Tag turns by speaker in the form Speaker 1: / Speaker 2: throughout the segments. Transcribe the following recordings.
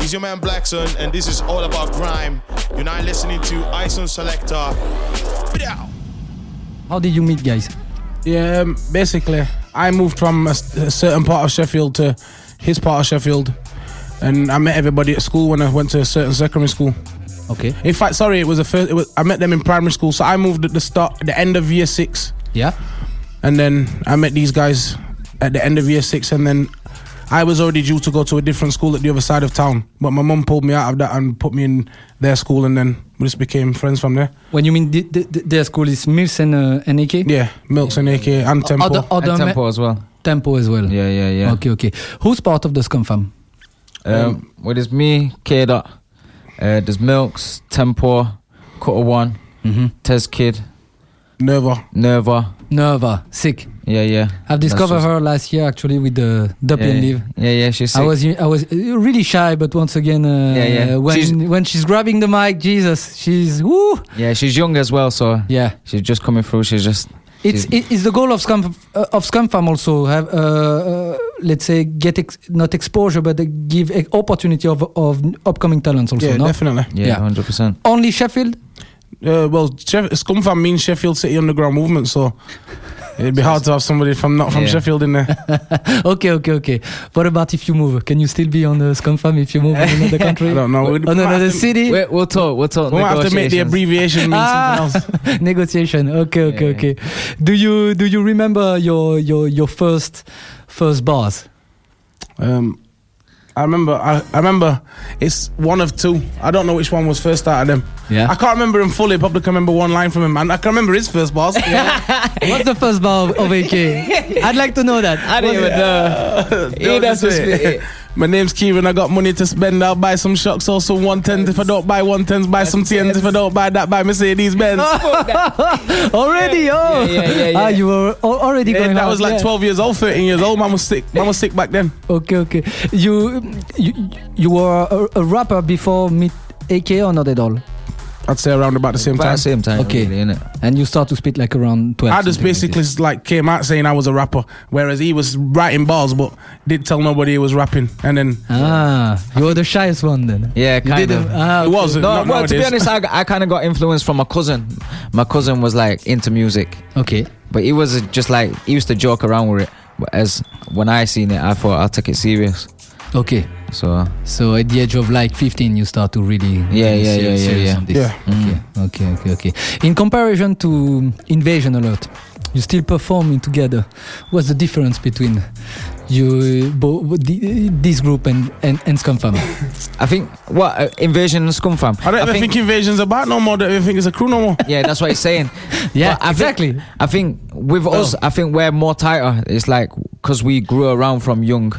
Speaker 1: is your man Blackson, and this is all about grime. You're now listening to Ison Selector. Bidow.
Speaker 2: How did you meet, guys?
Speaker 3: Yeah, um, basically, I moved from a, s- a certain part of Sheffield to his part of Sheffield, and I met everybody at school when I went to a certain secondary school.
Speaker 2: Okay.
Speaker 3: In fact, sorry, it was the first. It was, I met them in primary school, so I moved at the start, the end of year six,
Speaker 2: Yeah.
Speaker 3: and then I met these guys at the end of year six, and then I was already due to go to a different school at the other side of town, but my mum pulled me out of that and put me in their school, and then we just became friends from there.
Speaker 2: When you mean the, the, the- their school is Mills and uh, NAK?
Speaker 3: Yeah, Milks and AK and Temple.
Speaker 2: Other, other
Speaker 4: At
Speaker 2: ma-
Speaker 4: Tempo as well.
Speaker 2: Tempo as well.
Speaker 4: Yeah, yeah, yeah.
Speaker 2: Okay, okay. Who's part of the scum fam?
Speaker 4: Um, well, there's me, K Dot. Uh, there's Milks, Tempo, Cutter One,
Speaker 2: Mm-hmm.
Speaker 4: Tez Kid,
Speaker 3: Nerva.
Speaker 4: Nerva.
Speaker 2: Nerva, sick.
Speaker 4: Yeah, yeah.
Speaker 2: I've
Speaker 4: That's
Speaker 2: discovered
Speaker 4: just-
Speaker 2: her last year actually with the
Speaker 4: yeah,
Speaker 2: Dublin
Speaker 4: yeah.
Speaker 2: Live.
Speaker 4: Yeah, yeah. She's sick.
Speaker 2: I was I was uh, really shy, but once again, uh,
Speaker 4: Yeah, yeah.
Speaker 2: when
Speaker 4: She's-
Speaker 2: when she's grabbing the mic, Jesus, she's woo.
Speaker 4: yeah, she's young as well, so
Speaker 2: Yeah,
Speaker 4: she's just coming through. She's just
Speaker 2: it's it, it's the goal of scam uh, of scam fam also have uh, uh, let's say get ex- not exposure, but uh, give e- opportunity of of upcoming talents also.
Speaker 3: Yeah,
Speaker 2: no?
Speaker 3: definitely.
Speaker 4: yeah,
Speaker 2: Yeah.
Speaker 4: hundred percent.
Speaker 2: Only Sheffield.
Speaker 3: Uh, well, Sheff- Scumfam means Sheffield City underground movement, so it'd be hard to have somebody from not from
Speaker 4: Yeah.
Speaker 3: Sheffield in there.
Speaker 2: Okay, okay, okay. What about if you move? Can you still be on the scam fam if you move in another country? Oh,
Speaker 3: I don't know. We'd-
Speaker 2: On another city?
Speaker 4: We'll, we'll talk. We'll talk.
Speaker 3: We might have to make the
Speaker 4: negotiations.
Speaker 3: abbreviation mean
Speaker 2: Ah.
Speaker 3: something else.
Speaker 2: negotiation okay okay
Speaker 4: Yeah.
Speaker 2: okay do you do you remember your your your first first bars
Speaker 3: Um, I remember. I, I remember. It's one of two. I don't know which one was first out of them.
Speaker 2: Yeah.
Speaker 3: I can't remember him fully. Probably can remember one line from him, and I can remember his first bars.
Speaker 2: what's the first bar of, of AK I'd like to know that
Speaker 4: I didn't even know.
Speaker 3: Yo,
Speaker 4: He does
Speaker 3: this way.
Speaker 4: this-
Speaker 3: My name's Kieran. I got money to spend. I'll buy some shocks, also one tens. If I don't buy one tens, buy some tens. If I don't buy that, buy Mercedes Benz.
Speaker 2: already oh
Speaker 4: Yeah, yeah, yeah,
Speaker 2: ah
Speaker 4: yeah.
Speaker 2: you were al- already
Speaker 3: Yeah,
Speaker 2: going
Speaker 3: that
Speaker 2: hard,
Speaker 3: was like
Speaker 2: yeah.
Speaker 3: 12 years old, 13 years old. Man was sick. Man was sick back then.
Speaker 2: okay okay you you you were a, a rapper before meet AK or not at all
Speaker 3: I'd say around about the same
Speaker 4: About
Speaker 3: time.
Speaker 4: the same time.
Speaker 2: Okay.
Speaker 4: Okay, really, innit?
Speaker 2: and you start to spit like around 12
Speaker 3: I just
Speaker 2: something like
Speaker 3: basically
Speaker 2: this.
Speaker 3: just, like came out saying I was a rapper, whereas he was writing bars but did tell nobody he was rapping. And then
Speaker 2: ah you were the shyest one then
Speaker 4: Yeah,
Speaker 2: you
Speaker 4: kind
Speaker 2: didn't
Speaker 4: of.
Speaker 2: ah,
Speaker 3: it was
Speaker 4: No,
Speaker 3: not
Speaker 4: well, to be
Speaker 3: nowadays.
Speaker 4: honest, I, I kind of got influenced from my cousin. My cousin was like into music,
Speaker 2: okay
Speaker 4: but he was just like he used to joke around with it. But as when I seen it, I thought I'll take it serious.
Speaker 2: okay
Speaker 4: So
Speaker 2: So at the age of like 15, you start to really
Speaker 4: Yeah,
Speaker 2: getting
Speaker 4: yeah,
Speaker 2: serious-
Speaker 4: yeah, yeah,
Speaker 2: serious
Speaker 4: yeah.
Speaker 2: on this.
Speaker 3: Yeah.
Speaker 2: Okay, okay, okay, okay. In comparison to Invasion Alert, you still performing together. What's the difference between you, bo- the- this group and and, and Scumfam?
Speaker 4: I think what uh, invasion has come from.
Speaker 3: I don't even think, Invasion's about no more. I don't even think it's a crew no more.
Speaker 4: yeah, that's what he's saying.
Speaker 2: yeah,
Speaker 4: But I think-
Speaker 2: exactly.
Speaker 4: I think with
Speaker 3: Oh.
Speaker 4: us, I think we're more tighter. It's like because we grew around from young,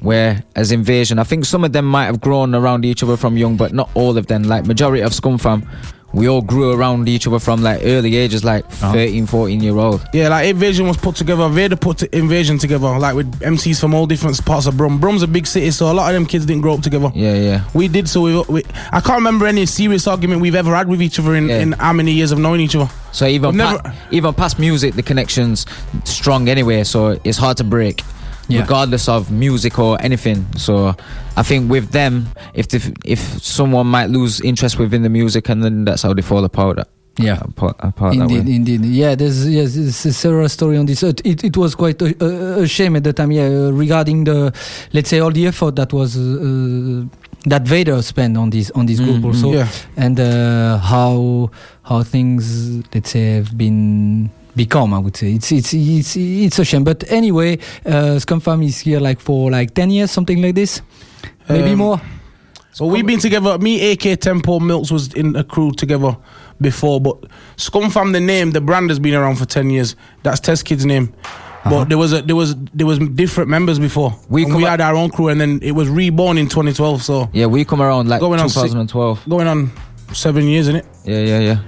Speaker 4: where as invasion, I think some of them might have grown around each other from young, but not all of them. Like majority of Scum Fam, we all grew around each other from like early ages, like
Speaker 3: Oh.
Speaker 4: 13, 14 year old.
Speaker 3: Yeah, like Invasion was put together. Vader put t- Invasion together, like with MCs from all different parts of Brum. Brum's a big city, so a lot of them kids didn't grow up together.
Speaker 4: Yeah, yeah.
Speaker 3: We did, so we, we. I can't remember any serious argument we've ever had with each other in,
Speaker 4: Yeah.
Speaker 3: in how many years of knowing each other.
Speaker 4: So even
Speaker 3: I've never-
Speaker 4: pa- even past music, the connections strong anyway. So it's hard to break,
Speaker 2: Yeah.
Speaker 4: regardless of music or anything. So I think with them, if the, if someone might lose interest within the music, and then that's how they fall apart.
Speaker 2: Yeah.
Speaker 4: apart, apart that
Speaker 2: Indeed,
Speaker 4: way.
Speaker 2: indeed. Yeah, there's yes, there's a several story on this. It, it, it was quite a, a, a shame at the time. Yeah, uh, regarding the let's say all the effort that was uh, that Vader spent on this on this group
Speaker 4: Mhm.
Speaker 2: also.
Speaker 3: yeah.
Speaker 2: and uh, how how things let's say have been become i would say it's it's it's it's a shame but anyway uh scum fam is here like for like 10 years something like this maybe
Speaker 3: Um,
Speaker 2: more
Speaker 3: Well, we've been together. Me, AK Tempo, Milks was in a crew together before, but Scumfam, the name, the brand has been around for ten years. That's Test Kid's name. But there was a, there was there was different members before. We,
Speaker 4: We
Speaker 3: and
Speaker 4: come
Speaker 3: we
Speaker 4: up-
Speaker 3: had our own crew, and then it was reborn in 2012. So
Speaker 4: Yeah, we come around like
Speaker 3: Going on six-
Speaker 4: 2012.
Speaker 3: going on seven years, isn't it?
Speaker 4: yeah, yeah, yeah.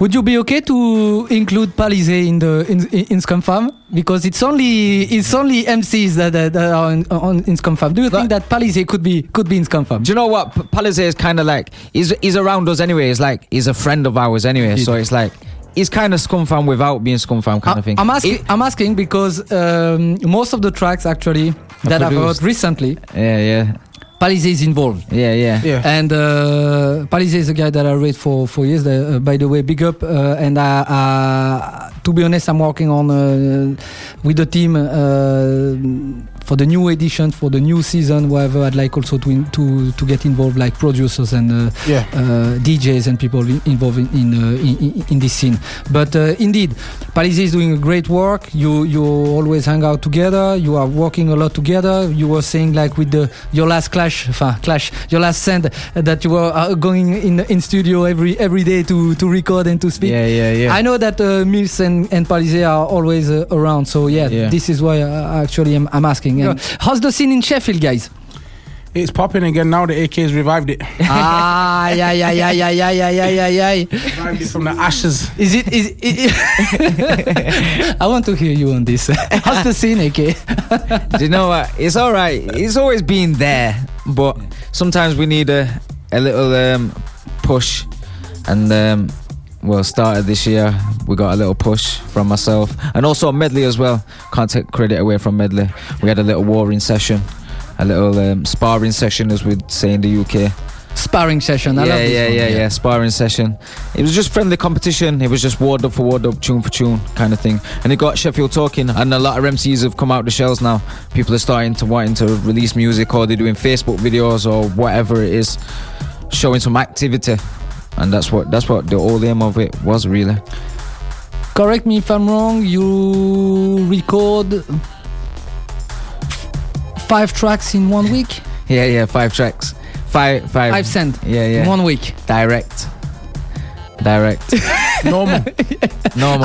Speaker 2: would you be okay to include palise in the in in, in scum fam because it's only it's only mcs that that, that are in, on in scum fam do you think that palise could be could be in scum fam
Speaker 4: Do you know what? P- Palisade is kind of like he's he's around us anyway. He's like he's a friend of ours anyway. So it's like he's kind of scum fam without being scum fam kind
Speaker 2: I-
Speaker 4: of thing.
Speaker 2: I'm
Speaker 4: He-
Speaker 2: asking. I'm asking because um, most of the tracks actually that I've heard
Speaker 4: produced.
Speaker 2: recently
Speaker 4: yeah, yeah.
Speaker 2: Palisade is involved.
Speaker 4: Yeah, yeah.
Speaker 3: Yeah.
Speaker 2: And uh, Palisade is a guy that I read for for years. that, uh, by the way, big up. Uh, and I, I, to be honest, I'm working on uh, with the team uh, for the new edition, for the new season, whatever. I'd like also to in, to to get involved, like producers and uh,
Speaker 3: Yeah.
Speaker 2: uh, DJs and people in, involved in in, uh, in in- in this scene. But uh, indeed, Palisade is doing great work. You you always hang out together. You are working a lot together. You were saying like with the your last clash, enfin, clash, your last send uh, that you were uh, going in in studio every every day to to record and to speak.
Speaker 4: Yeah, yeah, yeah.
Speaker 2: I know that uh, Mills and, and Palisade are always uh, around, so yeah,
Speaker 4: Yeah.
Speaker 2: this is why I, I actually am, I'm asking. And How's the scene in Sheffield, guys?
Speaker 3: It's popping again now. The AK's revived it.
Speaker 2: ah, yeah, yeah, yeah, yeah, yeah, yeah, yeah, yeah, yeah.
Speaker 3: revived it from the ashes.
Speaker 2: Is it? Is it I want to hear you on this. How's the scene, AK?
Speaker 4: Do you know what? It's all right. It's always been there, but sometimes we need a a little um, push, and um, well, started this year, we got a little push from myself, and also Medley as well. Can't take credit away from Medley. We had a little warring session, a little um, sparring session, as we'd say in the UK.
Speaker 2: Sparring session. I
Speaker 4: yeah,
Speaker 2: love this
Speaker 4: yeah,
Speaker 2: one.
Speaker 4: yeah, yeah. Sparring session. It was just friendly competition. It was just ward up for ward up, tune for tune kind of thing. And it got Sheffield talking. And a lot of MCs have come out the shells now. People are starting to wanting to release music, or they're doing Facebook videos, or whatever it is, showing some activity. And that's what that's what the whole aim of it was really.
Speaker 2: Correct me if I'm wrong. You record five tracks in one week.
Speaker 4: Yeah, yeah. Five tracks, five, five.
Speaker 2: Five cent
Speaker 4: Yeah, yeah.
Speaker 2: in one week.
Speaker 4: Direct, direct.
Speaker 3: Normal.
Speaker 4: Normal.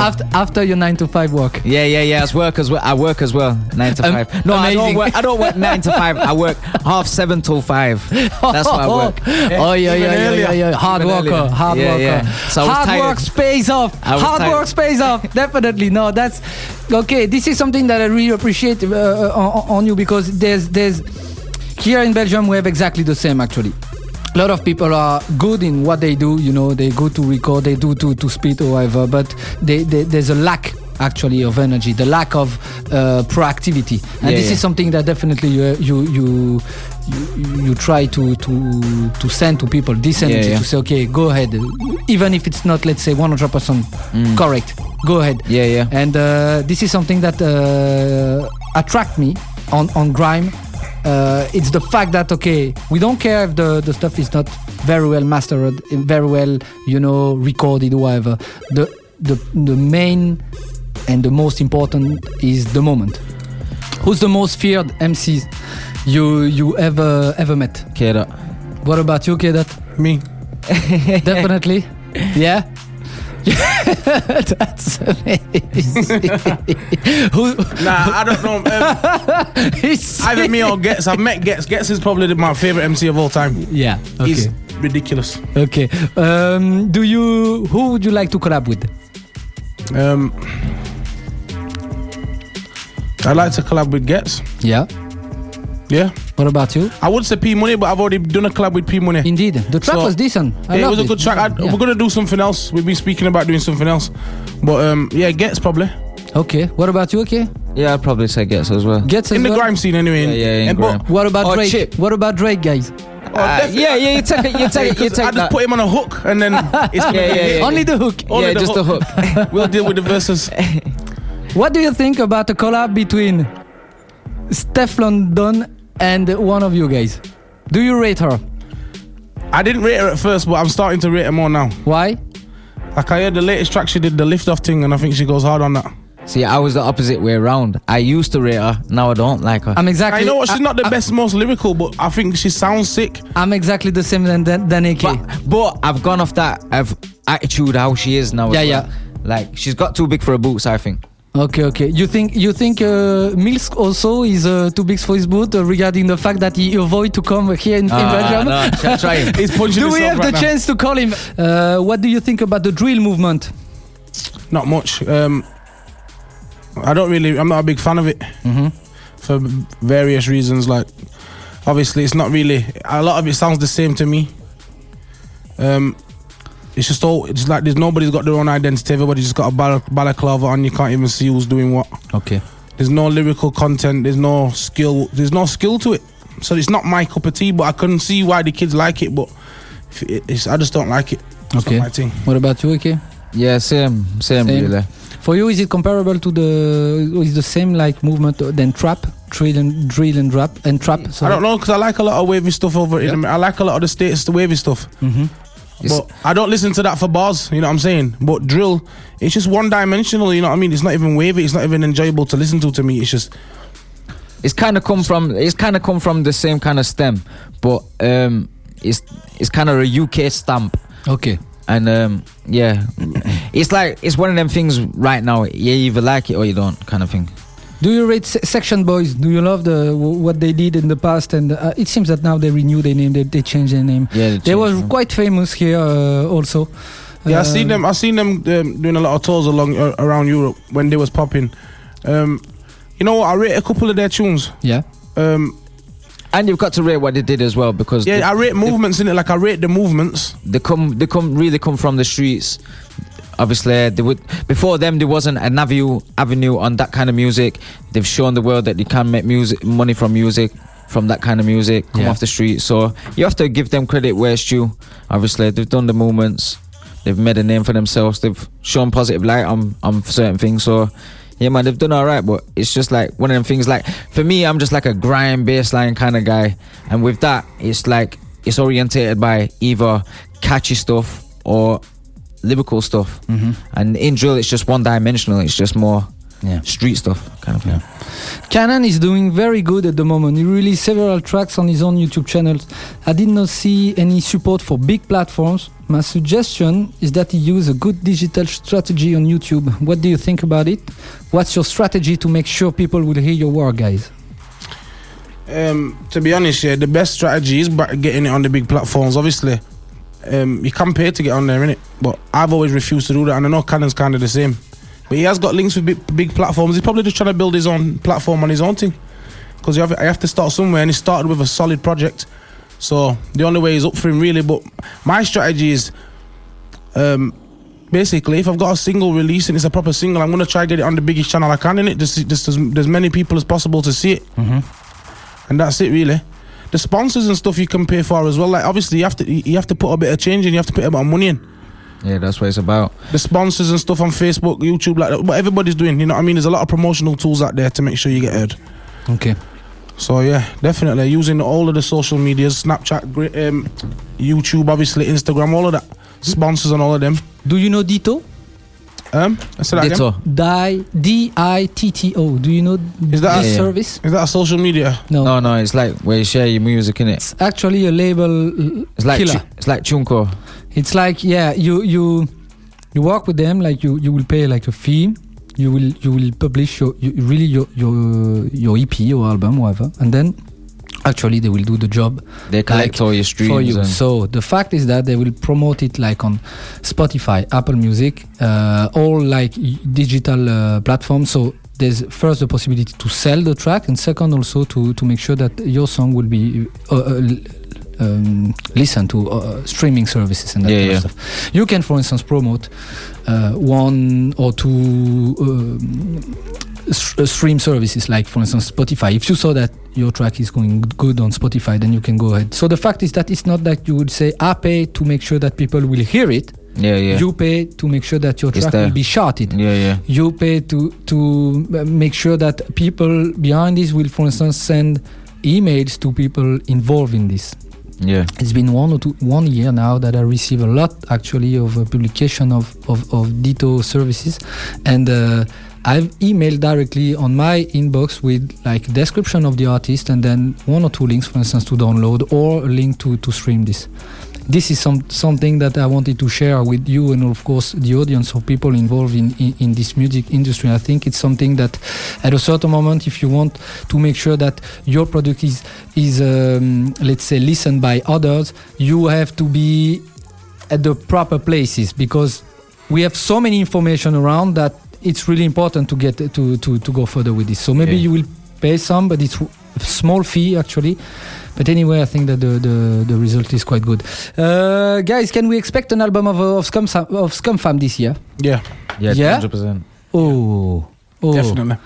Speaker 2: After after your nine to five work.
Speaker 4: Yeah, yeah, yeah. I work as well. I work as well. Nine to
Speaker 2: Am-
Speaker 4: five. No, I don't
Speaker 2: Um, amazing.
Speaker 4: work. I don't work nine to five. I work half seven till five. That's what I work.
Speaker 2: Oh yeah, yeah, yeah, yeah,
Speaker 3: earlier.
Speaker 2: yeah. Hard
Speaker 4: Even
Speaker 2: worker,
Speaker 4: earlier.
Speaker 2: hard
Speaker 4: Yeah,
Speaker 2: worker.
Speaker 4: yeah. So I was
Speaker 2: hard
Speaker 4: tired.
Speaker 2: work pays off.
Speaker 4: I was
Speaker 2: Hard
Speaker 4: tired.
Speaker 2: work pays off. Definitely. No, that's okay. This is something that I really appreciate uh, uh, on, on you because there's there's here in Belgium we have exactly the same actually. A lot of people are good in what they do. You know, they go to record, they do to to speed or whatever, but they, they, there's a lack actually of energy, the lack of uh, proactivity, and
Speaker 4: Yeah,
Speaker 2: this
Speaker 4: yeah.
Speaker 2: is something that definitely you you you you, you try to to to send to people this energy
Speaker 4: yeah.
Speaker 2: to say okay go ahead even if it's not let's say 100% correct go ahead
Speaker 4: Yeah, yeah.
Speaker 2: and uh, this is something that uh, attract me on on grime uh, it's the fact that okay we don't care if the, the stuff is not very well mastered very well you know recorded or whatever the the, the main and the most important is the moment who's the most feared mc you you ever ever met
Speaker 4: Okay, that.
Speaker 2: what about you Kedat?
Speaker 3: Me.
Speaker 2: definitely yeah that's amazing Who,
Speaker 3: Nah, I don't know. Um,
Speaker 2: he's-
Speaker 3: either me or Gets. I've met Gets. Gets is probably my favorite MC of all time.
Speaker 2: yeah okay
Speaker 3: He's ridiculous.
Speaker 2: okay um, do you who would you like to collab with
Speaker 3: Um, I like to collab with Gets.
Speaker 2: yeah
Speaker 3: Yeah,
Speaker 2: what about you
Speaker 3: I would say P Money, but I've already done a collab with P Money.
Speaker 2: indeed the track
Speaker 3: So-
Speaker 2: was decent I
Speaker 3: Yeah, it
Speaker 2: loved
Speaker 3: was a good track. I,
Speaker 2: Yeah.
Speaker 3: We're gonna do something else. We've been speaking about doing something else, but um, yeah, Gets probably
Speaker 2: okay what about you okay
Speaker 4: Yeah, I'd probably say gets as well.
Speaker 2: gets
Speaker 3: in
Speaker 2: as
Speaker 3: the
Speaker 2: well?
Speaker 3: grime scene anyway.
Speaker 4: Yeah, yeah, in
Speaker 3: and-
Speaker 4: grime.
Speaker 2: what about
Speaker 4: Or
Speaker 2: Drake
Speaker 4: Chip.
Speaker 2: what about Drake guys
Speaker 3: But,
Speaker 4: Uh, yeah, yeah. You take it. You take it. You
Speaker 3: because I
Speaker 4: take
Speaker 3: just
Speaker 4: that.
Speaker 3: put him on a hook and then it's gonna
Speaker 4: Yeah,
Speaker 3: be
Speaker 4: yeah,
Speaker 3: it.
Speaker 4: yeah.
Speaker 2: only the hook
Speaker 3: Only
Speaker 4: yeah,
Speaker 3: the
Speaker 4: just
Speaker 3: hook.
Speaker 4: the hook.
Speaker 3: We'll deal with the verses.
Speaker 2: What do you think about a collab between Steph London and one of you guys? Do you rate her?
Speaker 3: I didn't rate her at first, but I'm starting to rate her more now.
Speaker 2: Why?
Speaker 3: Like I heard the latest track she did, the lift off thing, and I think she goes hard on that.
Speaker 4: See, I was the opposite way around. I used to rate her. Now I don't like her.
Speaker 2: I'm exactly.
Speaker 3: I know what she's
Speaker 2: I-
Speaker 3: not the best, most lyrical, but I think she sounds sick.
Speaker 2: I'm exactly the same than than, than AK.
Speaker 4: But, but I've gone off that of attitude how she is now. as
Speaker 2: Yeah,
Speaker 4: well.
Speaker 2: yeah.
Speaker 4: Like she's got too big for her boots. I think.
Speaker 2: okay, okay. You think you think uh, Milsk also is uh, too big for his boot uh, regarding the fact that he avoid to come here in, in
Speaker 4: Ah,
Speaker 2: Belgium?
Speaker 4: no, try- try it.
Speaker 3: He's punching
Speaker 2: Do we
Speaker 3: himself
Speaker 2: have
Speaker 3: right
Speaker 2: the
Speaker 3: now.
Speaker 2: chance to call him? Uh, what do you think about the drill movement?
Speaker 3: Not much. Um, I don't really. I'm not a big fan of it
Speaker 2: Mm-hmm.
Speaker 3: for various reasons. Like, obviously, it's not really. A lot of it sounds the same to me. Um, it's just all. It's like there's nobody's got their own identity. Everybody just got a bal- balaclava on. You can't even see who's doing what.
Speaker 4: Okay.
Speaker 3: There's no lyrical content. There's no skill. There's no skill to it. So it's not my cup of tea, but I couldn't see why the kids like it. But if it- it's, I just don't like it. It's
Speaker 2: Okay.
Speaker 3: not my thing.
Speaker 2: What about you, okay?
Speaker 4: Yeah, same, same,
Speaker 2: Same.
Speaker 4: really.
Speaker 2: For you, is it comparable to the is the same like movement than trap, drill and drill and drop and trap?
Speaker 3: I don't know because I like a lot of wavy stuff over in America. I like a lot of the states, the wavy stuff.
Speaker 2: hmm
Speaker 4: It's-
Speaker 3: but I don't listen to that for bars, you know what I'm saying? But drill, it's just one dimensional, you know what I mean? It's not even wavy, it's not even enjoyable to listen to to me. It's just
Speaker 4: It's kind of come from it's kind of come from the same kind of stem, but um, it's it's kind of a UK stamp,
Speaker 2: Okay.
Speaker 4: and um, yeah, it's like it's one of them things right now. You either like it or you don't, kind of thing.
Speaker 2: Do you rate Se- Section Boys? Do you love the what they did in the past? And uh, it seems that now they renew their name. They, they changed their name.
Speaker 4: Yeah,
Speaker 2: They were quite famous here uh, also.
Speaker 3: yeah, I
Speaker 2: Uh,
Speaker 3: seen them. I seen them um, doing a lot of tours along uh, around Europe when they was popping. Um, you know what? I rate a couple of their tunes.
Speaker 2: Yeah.
Speaker 3: Um,
Speaker 4: and you've got to rate what they did as well because
Speaker 3: yeah, I
Speaker 4: they,
Speaker 3: rate movements in it. Like I rate the movements.
Speaker 4: they come they come really come from the streets. Obviously, they would before them there wasn't an avenue avenue on that kind of music. They've shown the world that they can make music money from music. From that kind of music, come
Speaker 2: Yeah.
Speaker 4: off the street. So you have to give them credit where it's due. Obviously, they've done the movements, they've made a name for themselves, they've shown positive light on on certain things. So yeah, man, they've done all right, but it's just like one of them things. Like for me, I'm just like a grind baseline kind of guy, and with that, it's like it's orientated by either catchy stuff or lyrical stuff.
Speaker 2: Mhm.
Speaker 4: And in drill, it's just one dimensional. It's just more
Speaker 2: Yeah.
Speaker 4: street stuff kind of thing.
Speaker 2: Canon is doing very good at the moment. He released several tracks on his own YouTube channels. I did not see any support for big platforms. My suggestion is that he use a good digital strategy on YouTube. What do you think about it? What's your strategy to make sure people will hear your work, guys?
Speaker 3: Um, to be honest, yeah, the best strategy is ba- getting it on the big platforms. Obviously, um, you can pay to get on there, innit? But I've always refused to do that, and I know Cannon's kind of the same. But he has got links with big, big platforms. He's probably just trying to build his own platform on his own thing, because you have, I have to start somewhere, and he started with a solid project. So the only way is up for him, really. But my strategy is, um, basically, if I've got a single release and it's a proper single, I'm gonna try get it on the biggest channel I can, innit? Just, just as, as many people as possible to see it and that's it really. The sponsors and stuff you can pay for as well. Like obviously you have to you have to put a bit of change in, you have to put a bit of money in.
Speaker 4: Yeah, that's what it's about.
Speaker 3: The sponsors and stuff on Facebook, YouTube, like that, what everybody's doing. You know what I mean? There's a lot of promotional tools out there to make sure you get heard.
Speaker 2: Okay.
Speaker 3: So yeah, definitely using all of the social medias, Snapchat, gr- um, YouTube, obviously Instagram, all of that. Sponsors and all of them.
Speaker 2: Do you know Dito?
Speaker 3: Um, I said that again.
Speaker 4: Ditto.
Speaker 2: Di D I T T O. Do you know
Speaker 3: Is that
Speaker 2: this
Speaker 4: a-
Speaker 2: service?
Speaker 3: Is that a social media?
Speaker 2: No.
Speaker 4: No, no, it's like where you share your music in it.
Speaker 2: It's actually a label.
Speaker 4: It's like
Speaker 2: Killer.
Speaker 4: chu- it's like chunko.
Speaker 2: It's like yeah, you you you work with them like you you will pay like a fee. You will you will publish your you, really your your your EP your album whatever, and then actually they will do the job
Speaker 4: They collect all your streams.
Speaker 2: for you.
Speaker 4: and-
Speaker 2: So the fact is that they will promote it like on Spotify, Apple Music, uh, all like y- digital uh, platforms. So there's first the possibility to sell the track, and second also to to make sure that your song will be uh, uh, l- um, listened to uh, streaming services and that
Speaker 4: Yeah,
Speaker 2: kind
Speaker 4: yeah.
Speaker 2: of stuff. You can, for instance, promote uh, one or two. Um, s- uh, stream services like for instance spotify if you saw that your track is going good on spotify then you can go ahead so the fact is that it's not that you would say i pay to make sure that people will hear it
Speaker 4: yeah, yeah,
Speaker 2: you pay to make sure that your
Speaker 4: It's
Speaker 2: track
Speaker 4: there.
Speaker 2: will be charted
Speaker 4: yeah, yeah.
Speaker 2: you pay to to uh, make sure that people behind this will for instance send emails to people involved in this
Speaker 4: Yeah,
Speaker 2: it's been one or two one year now that I receive a lot actually of uh, publication of of, of Ditto services, and uh, I've emailed directly on my inbox with like description of the artist and then one or two links, for instance, to download or a link to to stream this. This is some something that I wanted to share with you and of course the audience of people involved in, in, in this music industry. I think it's something that at a certain moment, if you want to make sure that your product is is um, let's say listened by others you have to be at the proper places because we have so many information around that it's really important to get to to, to go further with this so maybe
Speaker 4: Yeah.
Speaker 2: you will pay some but it's a small fee actually but anyway i think that the the, the result is quite good uh, guys can we expect an album of, of scum of scum fam this year
Speaker 3: Yeah.
Speaker 4: yeah,
Speaker 2: Yeah?
Speaker 4: hundred percent.
Speaker 2: oh Oh.
Speaker 3: Definitely.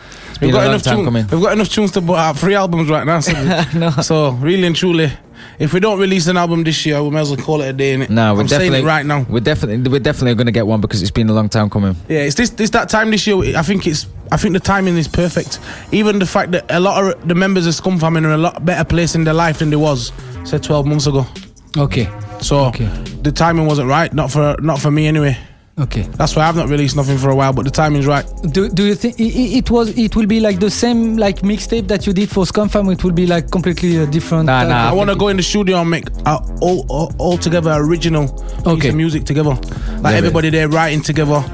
Speaker 3: We've
Speaker 4: been a
Speaker 3: got,
Speaker 4: long
Speaker 3: enough
Speaker 4: time
Speaker 3: tune-
Speaker 4: coming.
Speaker 3: we've got enough tunes to put out three albums right now. So,
Speaker 4: No.
Speaker 3: so, really and truly, if we don't release an album this year, we may as well call it a day, innit?
Speaker 4: No,
Speaker 3: I'm
Speaker 4: we're definitely
Speaker 3: saying it right now.
Speaker 4: We're definitely we're definitely going to get one because it's been a long time coming.
Speaker 3: Yeah, it's this it's that time this year. I think it's I think the timing is perfect. Even the fact that a lot of the members of Scumfam are in a lot better place in their life than they was say 12 months ago.
Speaker 2: Okay.
Speaker 3: So
Speaker 2: Okay.
Speaker 3: the timing wasn't right, not for not for me anyway.
Speaker 2: Okay.
Speaker 3: That's why I've not released nothing for a while, but the timing's right.
Speaker 2: Do, do you think it was it will be like the same like mixtape that you did for Scumfam? It will be like completely uh, different.
Speaker 4: Nah,
Speaker 2: type
Speaker 4: nah.
Speaker 3: I,
Speaker 4: I
Speaker 2: of-
Speaker 3: want to go in the studio and make a, all, all all together original piece
Speaker 2: Okay.
Speaker 3: of music together. Like
Speaker 4: it.
Speaker 3: everybody there writing together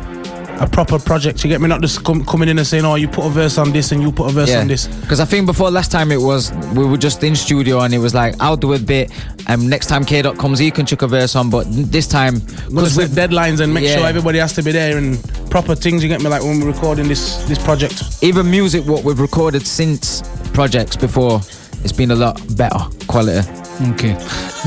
Speaker 3: a proper project. You get me? Not just com- coming in and saying, "Oh, you put a verse on this and you put a verse on this."
Speaker 4: Because I think before last time it was we were just in studio and it was like I'll do a bit. And next time K dot comes, he can chuck a verse on. But this time,
Speaker 3: Gonna
Speaker 4: because
Speaker 3: set deadlines and make
Speaker 4: Yeah.
Speaker 3: sure everybody has to be there and proper things. You get me? Like when we're recording this this project.
Speaker 4: even music what we've recorded since projects before, it's been a lot better quality.
Speaker 2: Okay,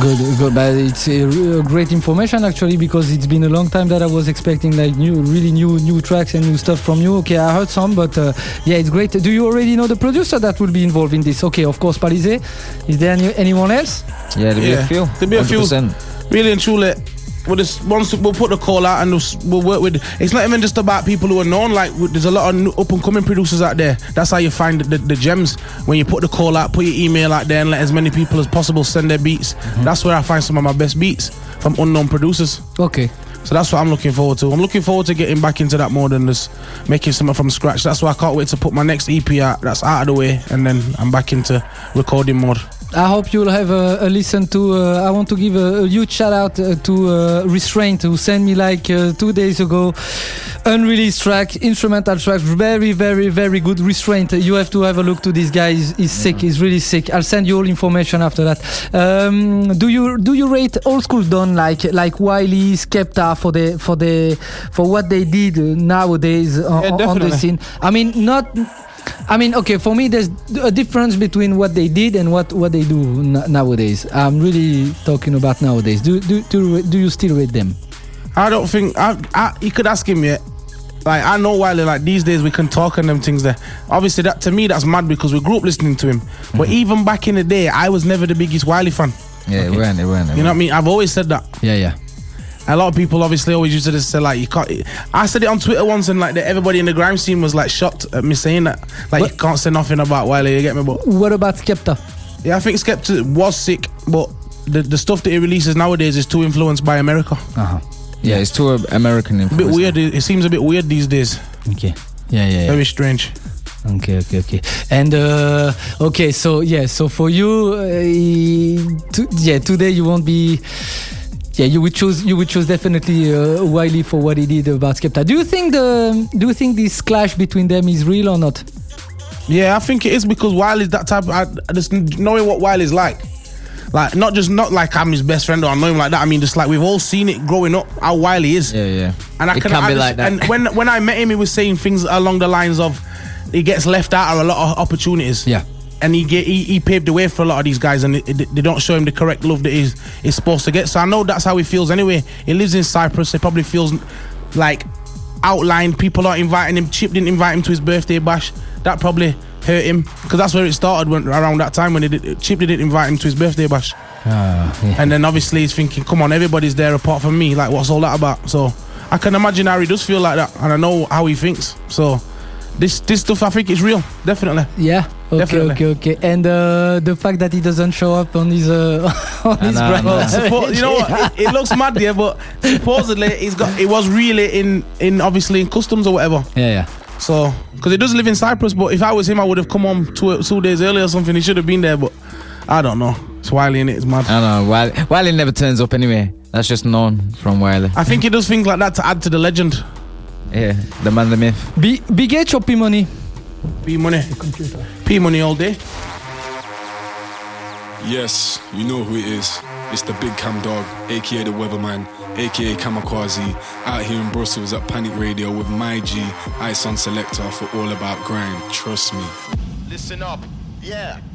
Speaker 2: good, good. But it's a re- great information actually because it's been a long time that I was expecting like new, really new, new tracks and new stuff from you. Okay, I heard some, but uh, yeah, it's great. Do you already know the producer that will be involved in this? Okay, of course, Palizé. Is there any, anyone else?
Speaker 4: Yeah, there'll
Speaker 3: Yeah.
Speaker 4: be a few.
Speaker 3: There'll be a few.
Speaker 4: 100%.
Speaker 3: Really and truly, we'll just once we'll put the call out and we'll, s- we'll work with. It's not even just about people who are known. Like w- there's a lot of new up and coming producers out there. That's how you find the, the gems when you put the call out, put your email out there, and let as many people as possible send their beats. That's where I find some of my best beats from unknown producers.
Speaker 2: Okay,
Speaker 3: So that's what I'm looking forward to. I'm looking forward to getting back into that more than just making something from scratch. That's why I can't wait to put my next EP out. That's out of the way, and then I'm back into recording mode.
Speaker 2: I hope you'll have a, a listen to. Uh, I want to give a, a huge shout out uh, to uh, Restraint, who sent me like uh, two days ago unreleased track, instrumental track, very, very, very good. Restraint. uh, You have to have a look to this guy. He's, he's sick. He's really sick. I'll send you all information after that. Um, do you do you rate old school Don like like Wiley, Skepta for the for the for what they did uh, nowadays on,
Speaker 3: Yeah,
Speaker 2: on- on the
Speaker 3: definitely.
Speaker 2: scene? I mean, not I mean, okay, for me, there's a difference between what they did and what, what they do n- nowadays. I'm really talking about nowadays. Do, do, do, do you still read them?
Speaker 3: I don't think I, I you could ask him yet. Like I know Wiley, like these days we can talk and them things there. Obviously that to me that's mad because we grew up listening to him. But even back in the day, I was never the biggest Wiley fan.
Speaker 4: Yeah, it weren't. It weren't. It
Speaker 3: You know what I
Speaker 4: weren't.
Speaker 3: mean? I've always said that.
Speaker 2: Yeah, yeah.
Speaker 3: A lot of people obviously always used to just say like you can't I said it on Twitter once and like the, everybody in the grime scene was like shocked at me saying that. Like you
Speaker 2: But-
Speaker 3: can't say nothing about Wiley, you get me? But
Speaker 2: What about Skepta?
Speaker 3: yeah, I think Skepta was sick, but the, the stuff that he releases nowadays is too influenced by America.
Speaker 2: Uh-huh.
Speaker 4: Yeah, it's too American.
Speaker 3: A bit weird. It, it seems a bit weird these days.
Speaker 2: Okay. Yeah, yeah, yeah.
Speaker 3: Very strange.
Speaker 2: Okay, okay, okay. And uh, okay, so yeah, so for you, uh, to, yeah, today you won't be. Yeah, you would choose. You would choose definitely uh, Wiley for what he did about Skepta. Do you think the? Do you think this clash between them is real or not?
Speaker 3: Yeah, I think it is because Wiley's that type. I, I just knowing what Wiley's like, like not just not like I'm his best friend or I know him like that. I mean, just like we've all seen it growing up how Wiley is.
Speaker 4: Yeah, yeah.
Speaker 3: And I
Speaker 4: it
Speaker 3: can,
Speaker 4: can,
Speaker 3: I
Speaker 4: be
Speaker 3: just-
Speaker 4: like that.
Speaker 3: And when when I met him, he was saying things along the lines of, he gets left out of a lot of opportunities.
Speaker 2: Yeah.
Speaker 3: And he, get, he he paved the way for a lot of these guys, and it, it- they don't show him the correct love that he's, he's supposed to get. So I know that's how he feels anyway. He lives in Cyprus. He probably feels like outlined. People aren't inviting him. Chip didn't invite him to his birthday bash. That probably hurt him because that's where it started when, around that time when he did, Chip didn't invite him to his birthday bash. And then obviously he's thinking, come on, everybody's there apart from me. Like, what's all that about? So I can imagine how he does feel like that, and I know how he thinks. So this this stuff, I think, is real, definitely.
Speaker 2: Yeah. Okay,
Speaker 3: Definitely.
Speaker 2: okay, okay. And uh, the fact that he doesn't show up on his uh, on
Speaker 4: I
Speaker 2: his
Speaker 4: know, I
Speaker 2: brand.
Speaker 4: know.
Speaker 3: Well, suppo- you know what? It, it looks mad, yeah, but supposedly he's got it was really in in obviously in customs or whatever.
Speaker 2: Yeah, yeah.
Speaker 3: So because he does live in Cyprus, but if I was him, I would have come home two two days earlier or something. He should have been there, but I don't know. It's Wiley and it's mad.
Speaker 4: I know. Wiley, Wiley never turns up anyway. That's just known from Wiley.
Speaker 3: I think he does things like that to add to the legend.
Speaker 4: Yeah, the man, the myth.
Speaker 2: B- Big H or P Money?
Speaker 3: P money, P money all day.
Speaker 5: Yes, you know who it is. It's the Big Cam Dog, aka the Weatherman, aka Kamikaze, out here in Brussels at Panic Radio with my G, Ice on Selector for All About Grime. Trust me.
Speaker 1: Listen up.
Speaker 6: Yeah.